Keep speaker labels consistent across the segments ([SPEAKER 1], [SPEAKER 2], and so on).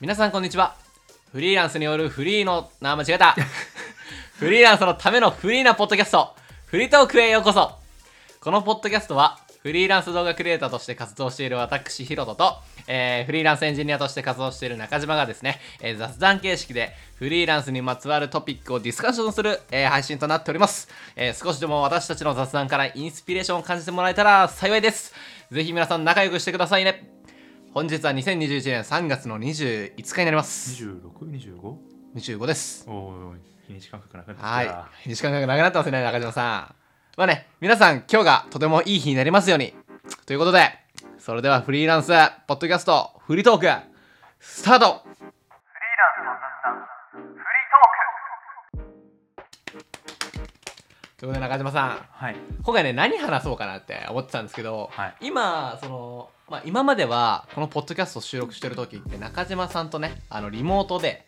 [SPEAKER 1] 皆さんこんにちはフリーランスによるフリーのなあ間違えた フリーランスのためのフリーなポッドキャストフリートークへようこそこのポッドキャストはフリーランス動画クリエイターとして活動している私ヒロトと、えーフリーランスエンジニアとして活動している中島がですね、えー雑談形式でフリーランスにまつわるトピックをディスカッションする、えー配信となっております、えー少しでも私たちの雑談からインスピレーションを感じてもらえたら幸いですぜひ皆さん仲良くしてくださいね本日は2021年3月の25日になります
[SPEAKER 2] 26?25?
[SPEAKER 1] 25です
[SPEAKER 2] おい日にち感覚なくなってきた
[SPEAKER 1] はい日にち感覚なくなってますね中島さんまあね皆さん今日がとてもいい日になりますようにということでそれではフリーランスポッドキャストフリートークスタートフリーランスの雑談フリートークということで中島さん
[SPEAKER 2] はい
[SPEAKER 1] 今回ね何話そうかなって思ってたんですけど、
[SPEAKER 2] はい
[SPEAKER 1] 今その、まあ、今まではこのポッドキャストを収録してる時って中島さんとねあのリモートで、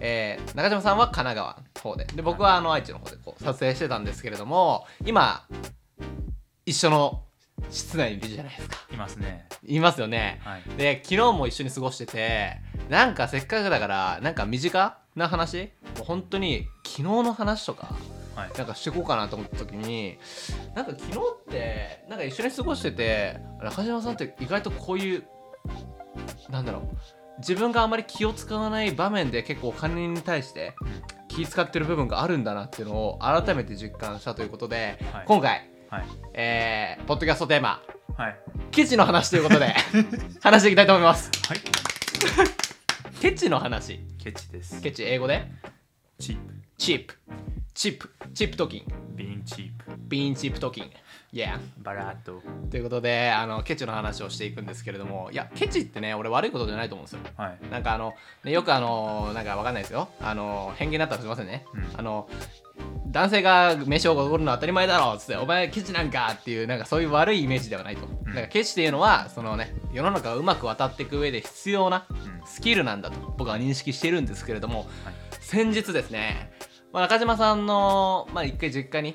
[SPEAKER 1] えー中島さんは神奈川の方でで僕はあの愛知の方でこう撮影してたんですけれども今一緒の室内にいるじゃないですか
[SPEAKER 2] いますね
[SPEAKER 1] いますよね
[SPEAKER 2] はい
[SPEAKER 1] で昨日も一緒に過ごしててなんかせっかくだからなんか身近な話もう本当に昨日の話とか
[SPEAKER 2] はい
[SPEAKER 1] なんかしてこうかなと思った時になんか昨日ってなんか一緒に過ごしてて中島さんって意外とこういうなんだろう自分があまり気を使わない場面で結構お金に対して気使ってる部分があるんだなっていうのを改めて実感したということで、
[SPEAKER 2] はい
[SPEAKER 1] 今回、
[SPEAKER 2] はい
[SPEAKER 1] えーポッドキャストテーマ
[SPEAKER 2] はい
[SPEAKER 1] 「ケチの話」ということ で話していきたいと思います。
[SPEAKER 2] はい
[SPEAKER 1] ケチの話
[SPEAKER 2] ケチです
[SPEAKER 1] ケチ英語で
[SPEAKER 2] チープ
[SPEAKER 1] チップチップチップトキン
[SPEAKER 2] ビンチープ
[SPEAKER 1] ビーンチップトキン Yeah
[SPEAKER 2] バラッと
[SPEAKER 1] ということであのケチの話をしていくんですけれどもいやケチってね俺悪いことじゃないと思うんですよ
[SPEAKER 2] はい
[SPEAKER 1] なんかあの、ね、よくあのなんかわかんないですよあの偏見だったらすいませんね、
[SPEAKER 2] うん
[SPEAKER 1] あの男性が飯をおごるのは当たり前だろっつってお前ケチなんかっていうなんかそういう悪いイメージではないと、
[SPEAKER 2] ん
[SPEAKER 1] なんかケチっていうのはそのね世の中がうまく渡っていく上で必要な
[SPEAKER 2] うん
[SPEAKER 1] スキルなんだと僕は認識してるんですけれども、
[SPEAKER 2] はい
[SPEAKER 1] 先日ですね、まあ、中島さんの、まあ、一回実家に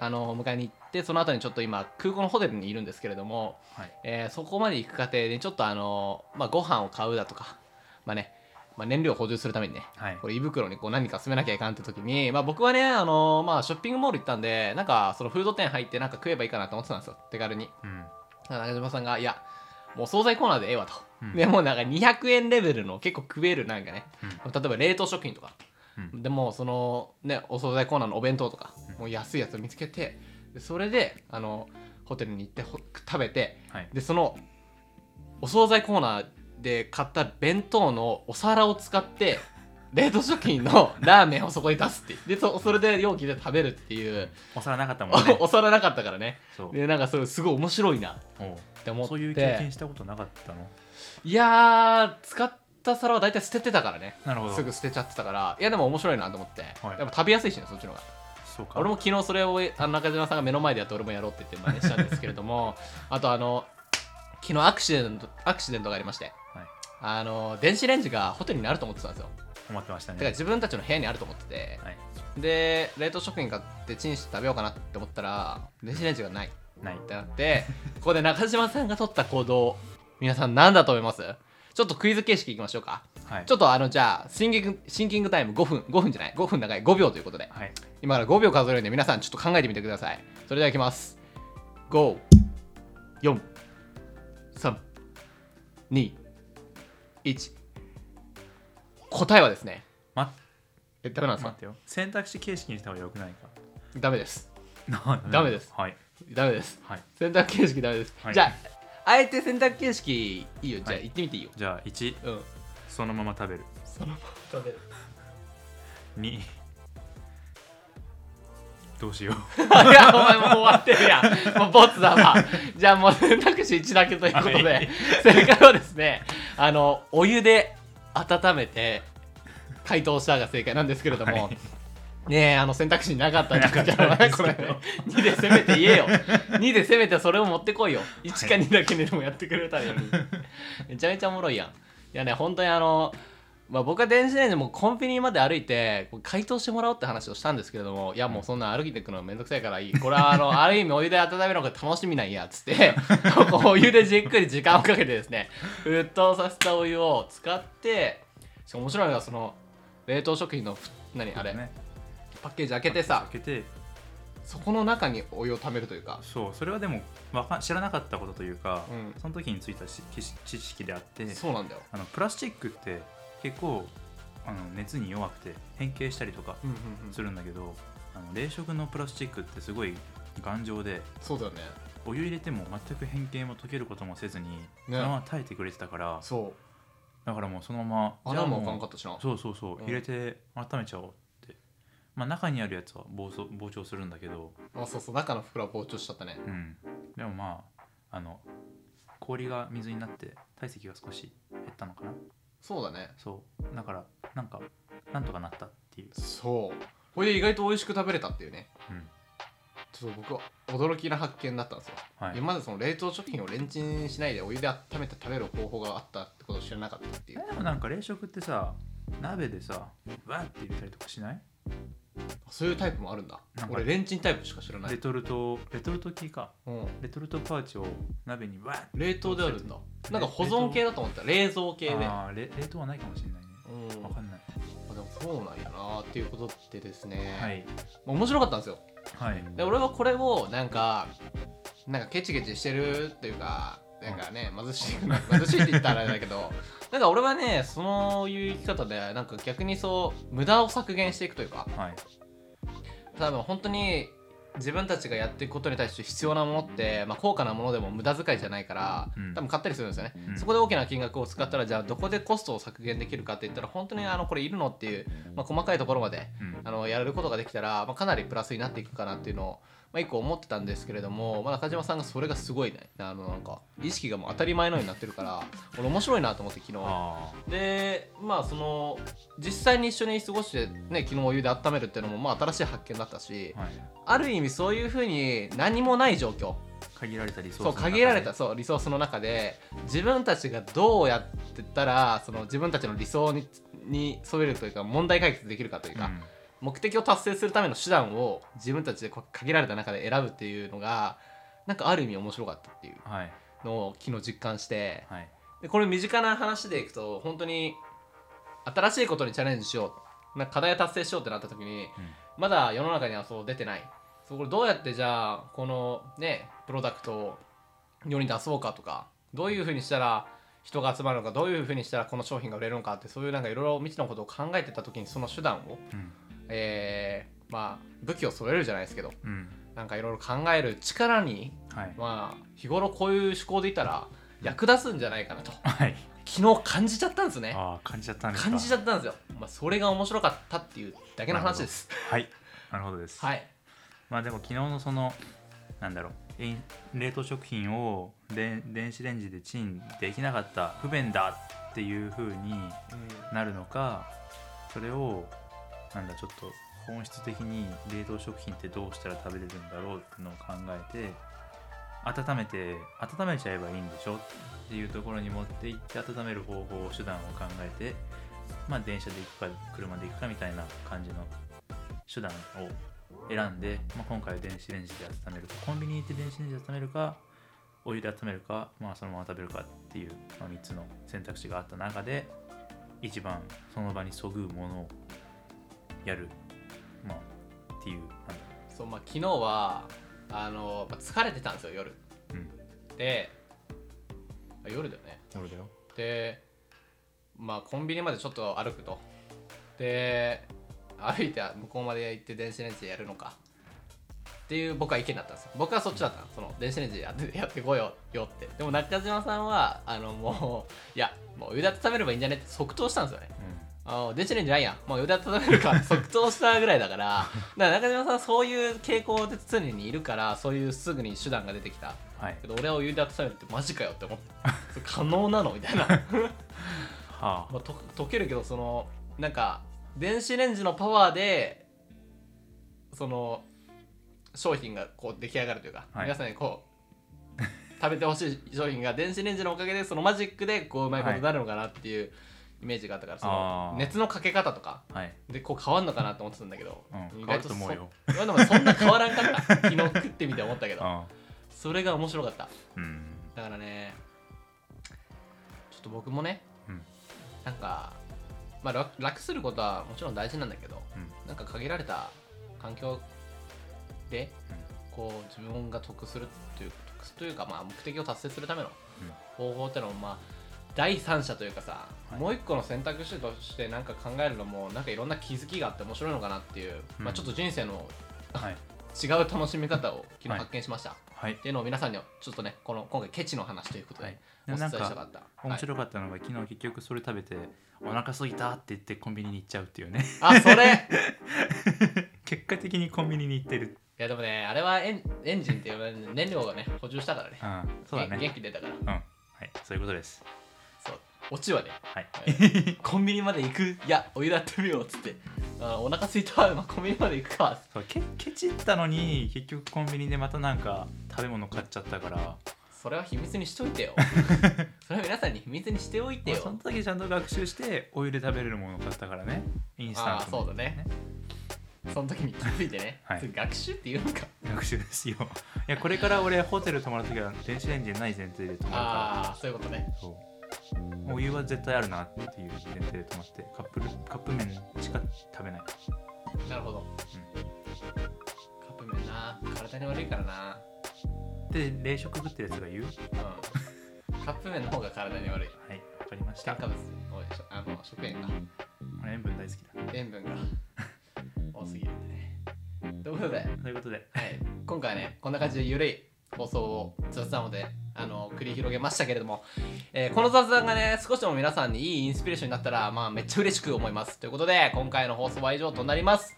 [SPEAKER 2] うん
[SPEAKER 1] あの迎えに行ってその後にちょっと今空港のホテルにいるんですけれども、
[SPEAKER 2] はい
[SPEAKER 1] えーそこまで行く過程でちょっとあの、まあ、ご飯を買うだとか、まあねまあ、燃料を補充するためにね
[SPEAKER 2] はい
[SPEAKER 1] これ胃袋にこう何か詰めなきゃいかんって時に、まあ、僕はね、あのまあ、ショッピングモール行ったんでなんかそのフード店入ってなんか食えばいいかなと思ってたんですよ手軽に
[SPEAKER 2] うん
[SPEAKER 1] 中島さんが「いやもう惣菜コーナーでええわ」と、
[SPEAKER 2] うん
[SPEAKER 1] でもうなんか200円レベルの結構食えるなんかね、
[SPEAKER 2] う
[SPEAKER 1] 例えば冷凍食品とか、
[SPEAKER 2] う
[SPEAKER 1] でもうそのねお惣菜コーナーのお弁当とか、もう安いやつを見つけてでそれであのホテルに行ってほ食べて
[SPEAKER 2] はい
[SPEAKER 1] でそのお惣菜コーナーで買った弁当のお皿を使 って冷凍食品のラーメンをそこに出すっていうでそそれで容器で食べるっていう、
[SPEAKER 2] お皿なかったもんね
[SPEAKER 1] おお皿なかったからね
[SPEAKER 2] そう
[SPEAKER 1] でなんかそれすごい面白いな
[SPEAKER 2] おう
[SPEAKER 1] って思って
[SPEAKER 2] そういう経験したことなかったの
[SPEAKER 1] いやー使った皿は大体捨ててたからね
[SPEAKER 2] なるほど
[SPEAKER 1] すぐ捨てちゃってたからいやでも面白いなと思って、
[SPEAKER 2] はい
[SPEAKER 1] やっぱ食べやすいしねそっちの方が
[SPEAKER 2] そうか
[SPEAKER 1] 俺も昨日それをあの中島さんが目の前でやって俺もやろうって言って真似したんですけれどもあとあの昨日アクシデントアクシデントがありまして
[SPEAKER 2] はい
[SPEAKER 1] あの電子レンジがホテルにあると思ってたんですよ
[SPEAKER 2] 思ってました
[SPEAKER 1] だから
[SPEAKER 2] ね
[SPEAKER 1] 自分たちの部屋にあると思ってて
[SPEAKER 2] はい
[SPEAKER 1] で冷凍食品買ってチンして食べようかなって思ったら電子レンジがない
[SPEAKER 2] ない
[SPEAKER 1] ってなってここで中島さんが取った行動皆さん何だと思いますちょっとクイズ形式いきましょうか
[SPEAKER 2] はい
[SPEAKER 1] ちょっとあのじゃあシンキングシンキングタイム5分5分じゃない5分長い5秒ということで
[SPEAKER 2] はい
[SPEAKER 1] 今から5秒数えるんで皆さんちょっと考えてみてくださいそれではいきます54321答えはですね
[SPEAKER 2] ま
[SPEAKER 1] えダメなんです
[SPEAKER 2] 待っ
[SPEAKER 1] か
[SPEAKER 2] てよ選択肢形式にした方がよくないか
[SPEAKER 1] ダメです
[SPEAKER 2] な
[SPEAKER 1] ダメです
[SPEAKER 2] はい
[SPEAKER 1] ダメです
[SPEAKER 2] はい
[SPEAKER 1] 選択形式ダメです、
[SPEAKER 2] はい
[SPEAKER 1] じゃああえて選択形式いいよじゃあ
[SPEAKER 2] はい
[SPEAKER 1] 行ってみていいよ、
[SPEAKER 2] じゃあ1
[SPEAKER 1] うん
[SPEAKER 2] そのまま食べる
[SPEAKER 1] そのまま食べる
[SPEAKER 2] 2どうしよう
[SPEAKER 1] いやお前もう終わってるやんもうボツだわじゃあもう選択肢1だけということで、
[SPEAKER 2] はい
[SPEAKER 1] 正解はですねあのお湯で温めて解凍したが正解なんですけれども、
[SPEAKER 2] はい
[SPEAKER 1] ねえあの選択肢になかったんじゃ
[SPEAKER 2] な
[SPEAKER 1] な
[SPEAKER 2] か
[SPEAKER 1] い
[SPEAKER 2] った
[SPEAKER 1] かこ
[SPEAKER 2] です
[SPEAKER 1] れ
[SPEAKER 2] け ど
[SPEAKER 1] 2でせめて言え よ2でせめてそれを持ってこいよ1か2だけでもやってくれ たらいいのにめちゃめちゃおもろいやんいやね本当にあのまあ、僕は電子レンジもコンビニまで歩いてこう解凍してもらおうって話をしたんですけれどもいやもうそんな歩いていくのめんどくさいからいいこれはあ のある意味お湯で温めるのが楽しみなんやっつって こうお湯でじっくり時間をかけてですね沸騰させたお湯を使ってしかも面白いのがその冷凍食品のふ何あれ、
[SPEAKER 2] ね
[SPEAKER 1] パッケージ開けてさ
[SPEAKER 2] 開けて
[SPEAKER 1] そこの中にお湯をためるというか
[SPEAKER 2] そうそれはでもわか知らなかったことというか、
[SPEAKER 1] うん
[SPEAKER 2] その時についたし知知識であって
[SPEAKER 1] そうなんだよ、
[SPEAKER 2] あのプラスチックって結構あの熱に弱くて変形したりとか
[SPEAKER 1] うんうんうん、
[SPEAKER 2] するんだけど、あの冷食のプラスチックってすごい頑丈で
[SPEAKER 1] そうだよね
[SPEAKER 2] お湯入れても全く変形も溶けることもせずに、そのまま耐えてくれてたから
[SPEAKER 1] そ
[SPEAKER 2] だからもうそのま
[SPEAKER 1] う
[SPEAKER 2] ま
[SPEAKER 1] 穴も開か
[SPEAKER 2] じゃあ
[SPEAKER 1] ん
[SPEAKER 2] も
[SPEAKER 1] かったしな
[SPEAKER 2] うそうそうそう、
[SPEAKER 1] うん
[SPEAKER 2] 入れて温めちゃおうって、まあ、中にあるやつは膨張膨張するんだけど、
[SPEAKER 1] あそうそう中の袋は膨張しちゃったね
[SPEAKER 2] うん、でもまああの氷が水になって体積が少し減ったのかな
[SPEAKER 1] そうだね
[SPEAKER 2] そうだからなんかなんとかなったっていう、
[SPEAKER 1] そうこれで意外と美味しく食べれたっていうね
[SPEAKER 2] うん
[SPEAKER 1] ちょっと僕は驚きな発見だったんですよ、
[SPEAKER 2] はい、
[SPEAKER 1] 今までその冷凍食品をレンチンしないでお湯で温めて食べる方法があったってことを知らなかったっていう
[SPEAKER 2] えでもなんか冷食ってさ鍋でさわって入れたりとかしない
[SPEAKER 1] そういうタイプもあるんだ
[SPEAKER 2] なんか
[SPEAKER 1] 俺レンチンタイプしか知らな
[SPEAKER 2] レ
[SPEAKER 1] い、
[SPEAKER 2] トルトレトルト系か
[SPEAKER 1] うん、
[SPEAKER 2] レトルトパウチを鍋にわっ
[SPEAKER 1] 冷凍であるんだなんか保存系だと思った冷蔵系でうん
[SPEAKER 2] あーれ冷凍はないかもしれないねわかんない
[SPEAKER 1] あでもそうなんやなっていうことでですね、
[SPEAKER 2] はい
[SPEAKER 1] 面白かったんですよ
[SPEAKER 2] はい
[SPEAKER 1] で俺はこれをなんかなんかケチケチしてるっていうかなんかね貧しい貧しいって言ったらあれだけど なんか俺はねそういう生き方でなんか逆にそう無駄を削減していくというか
[SPEAKER 2] はい
[SPEAKER 1] 多分本当に自分たちがやっていくことに対して必要なものって、まあ、高価なものでも無駄遣いじゃないから、
[SPEAKER 2] うん
[SPEAKER 1] 多分買ったりするんですよね、
[SPEAKER 2] うん
[SPEAKER 1] そこで大きな金額を使ったらじゃあどこでコストを削減できるかって言ったら本当にあのこれいるのっていう、まあ、細かいところまで
[SPEAKER 2] うん
[SPEAKER 1] あのやれることができたら、まあ、かなりプラスになっていくかなっていうのを、まあ、一個思ってたんですけれども、まあ、中島さんがそれがすごいねあのなんか意識がもう当たり前のようになってるから俺面白いなと思って昨日
[SPEAKER 2] あ
[SPEAKER 1] でまあその実際に一緒に過ごして、ね、昨日お湯で温めるっていうのも、まあ、新しい発見だったし
[SPEAKER 2] あはい
[SPEAKER 1] ある意味そういうふうに何もない状況
[SPEAKER 2] 限られたリソース
[SPEAKER 1] そう
[SPEAKER 2] の中で
[SPEAKER 1] 限られたそうリソースの中で自分たちがどうやってったらその自分たちの理想にに沿えるというか問題解決できるかというか、
[SPEAKER 2] うん
[SPEAKER 1] 目的を達成するための手段を自分たちでこう限られた中で選ぶっていうのがなんかある意味面白かったっていう
[SPEAKER 2] はい
[SPEAKER 1] のを昨日実感して
[SPEAKER 2] はい
[SPEAKER 1] でこれ身近な話でいくと本当に新しいことにチャレンジしようなんか課題を達成しようってなった時にまだ世の中にはそう出てないそこどうやってじゃあこのねプロダクトを世に出そうかとかどういうふうにしたら人が集まるのかどういうふうにしたらこの商品が売れるのかってそういうなんかいろいろ未知のことを考えてた時にその手段を
[SPEAKER 2] うん
[SPEAKER 1] えーまあ武器を揃えるじゃないですけど
[SPEAKER 2] うん、うん
[SPEAKER 1] なんかいろいろ考える力に
[SPEAKER 2] はい
[SPEAKER 1] まあ日頃こういう思考でいたら役立つんじゃないかなと
[SPEAKER 2] はい
[SPEAKER 1] 昨日感じちゃったんですね
[SPEAKER 2] ああ感じちゃったんですか
[SPEAKER 1] 感じちゃったんですよ、まあ、それが面白かったっていうだけの話です
[SPEAKER 2] はいなるほどです、
[SPEAKER 1] はい
[SPEAKER 2] まあでも昨日のそのなんだろうえい冷凍食品をで電子レンジでチンできなかった不便だっていう風になるのかそれをなんだちょっと本質的に冷凍食品ってどうしたら食べれるんだろうってのを考えて温めて温めちゃえばいいんでしょっていうところに持っていって温める方法手段を考えてまあ電車で行くか車で行くかみたいな感じの手段を選んで、まあ、今回は電子レンジで温めるかコンビニに行って電子レンジで温めるかお湯で温めるか、まあ、そのまま食べるかっていう、まあ、3つの選択肢があった中で一番その場にそぐうものをやる、まあ、っていう
[SPEAKER 1] そうまあ昨日はあのやっぱ疲れてたんですよ夜
[SPEAKER 2] うん
[SPEAKER 1] であ夜だよね
[SPEAKER 2] なるだよ
[SPEAKER 1] でまあコンビニまでちょっと歩くとで歩いて向こうまで行って電子レンジでやるのかっていう僕は意見だったんですよ僕はそっちだったのその電子レンジでやってやってこいよよってでも中島さんはあのもういやもうお湯で温めればいいんじゃねって即答したんですよねあ電子レンジないやんもうお湯で温めるか即答したぐらいだからだから中島さんはそういう傾向で常にいるからそういうすぐに手段が出てきた
[SPEAKER 2] はい
[SPEAKER 1] けど俺はお湯で温めるってマジかよって思ってそれ可能なのみたいな
[SPEAKER 2] は
[SPEAKER 1] まあ、と溶けるけどそのなんか電子レンジのパワーでその商品がこう出来上がるというか、
[SPEAKER 2] はい
[SPEAKER 1] 皆さんにこう食べてほしい商品が電子レンジのおかげでそのマジックでこううまいことになるのかなっていうイメージがあったから、その
[SPEAKER 2] あー
[SPEAKER 1] 熱のかけ方とか
[SPEAKER 2] あはい
[SPEAKER 1] でこう変わんのかなと思ってたんだけど、
[SPEAKER 2] うん
[SPEAKER 1] 意
[SPEAKER 2] 変わ
[SPEAKER 1] 外
[SPEAKER 2] ると思うよ
[SPEAKER 1] そいやでもそんな変わらんかった昨日食ってみて思ったけど
[SPEAKER 2] あ
[SPEAKER 1] それが面白かった
[SPEAKER 2] うん
[SPEAKER 1] だからねちょっと僕もね
[SPEAKER 2] うん
[SPEAKER 1] なんか、ままあ楽楽することはもちろん大事なんだけど、
[SPEAKER 2] うん
[SPEAKER 1] なんか限られた環境で、こう自分が得するという得すというか、まあ、目的を達成するための
[SPEAKER 2] うん
[SPEAKER 1] 方法ってのもまあ第三者というかさ、
[SPEAKER 2] はい
[SPEAKER 1] もう一個の選択肢としてなんか考えるのもなんかいろんな気づきがあって面白いのかなっていう、
[SPEAKER 2] うん
[SPEAKER 1] まあ、ちょっと人生の
[SPEAKER 2] はい
[SPEAKER 1] 違う楽しみ方を昨
[SPEAKER 2] は
[SPEAKER 1] 日
[SPEAKER 2] い
[SPEAKER 1] 発見しました、
[SPEAKER 2] はい
[SPEAKER 1] っていうのを皆さんにはちょっとねこの今回ケチの話ということで、
[SPEAKER 2] はい
[SPEAKER 1] お伝え
[SPEAKER 2] なん
[SPEAKER 1] したか
[SPEAKER 2] か
[SPEAKER 1] った
[SPEAKER 2] 面白かったのが昨日結局それ食べてお腹空いたって言ってコンビニに行っちゃうっていうね
[SPEAKER 1] はいあそれ
[SPEAKER 2] 結果的にコンビニに行ってる
[SPEAKER 1] いやでもね、あれはエンエンジンっていう燃料がね、補充したからね。
[SPEAKER 2] うんそうだ
[SPEAKER 1] 元
[SPEAKER 2] ね
[SPEAKER 1] 元気出たから。
[SPEAKER 2] うんはいそういうことです
[SPEAKER 1] そう。オチは ね、
[SPEAKER 2] はい
[SPEAKER 1] コンビニまで行く、いや、お湯だってみようっつって、あお腹すいた、まあ、コンビニまで行くか。
[SPEAKER 2] そうケケチったのに結局コンビニでまたなんか食べ物買っちゃったから、ま
[SPEAKER 1] それは秘密にしといてよ。 それは皆さんに秘密にしておいて
[SPEAKER 2] あ
[SPEAKER 1] よ。
[SPEAKER 2] その時ちゃんと学習してオイルで食べれるものを買ったからねインスタント
[SPEAKER 1] あ
[SPEAKER 2] の
[SPEAKER 1] ーそうだねその時に気づいてね、
[SPEAKER 2] はい
[SPEAKER 1] それ学習っていう のか。
[SPEAKER 2] 学習ですよいやこれから俺ホテル泊まる時は電子レンジない前提で泊まるか
[SPEAKER 1] ああ、そういうことね
[SPEAKER 2] ら。そうお湯は絶対あるなっていう前提で泊まってカップルカップ麺しか食べない
[SPEAKER 1] なるほど。カップ麺な、体に悪いからな。
[SPEAKER 2] で冷食食ってるやつが言うは
[SPEAKER 1] うん。カップ麺の方が体に悪い。
[SPEAKER 2] いわかりまし
[SPEAKER 1] 添
[SPEAKER 2] た
[SPEAKER 1] 加物、おいしょあの食塩が。
[SPEAKER 2] 俺塩分大好きだ
[SPEAKER 1] 塩分が 多すぎるんでね。ということで、はい、
[SPEAKER 2] ということで
[SPEAKER 1] 今回はね、こんな感じでゆるい放送を雑談であの繰り広げましたけれども、えーこの雑談がね、少しでも皆さんにいいインスピレーションになったら、まあ、めっちゃ嬉しく思います。ということで、今回の放送は以上となります。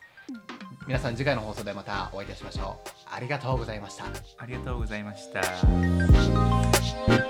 [SPEAKER 1] 皆さん次回の放送でまたお会いいたしましょう。ありがとうございました。
[SPEAKER 2] ありがとうございました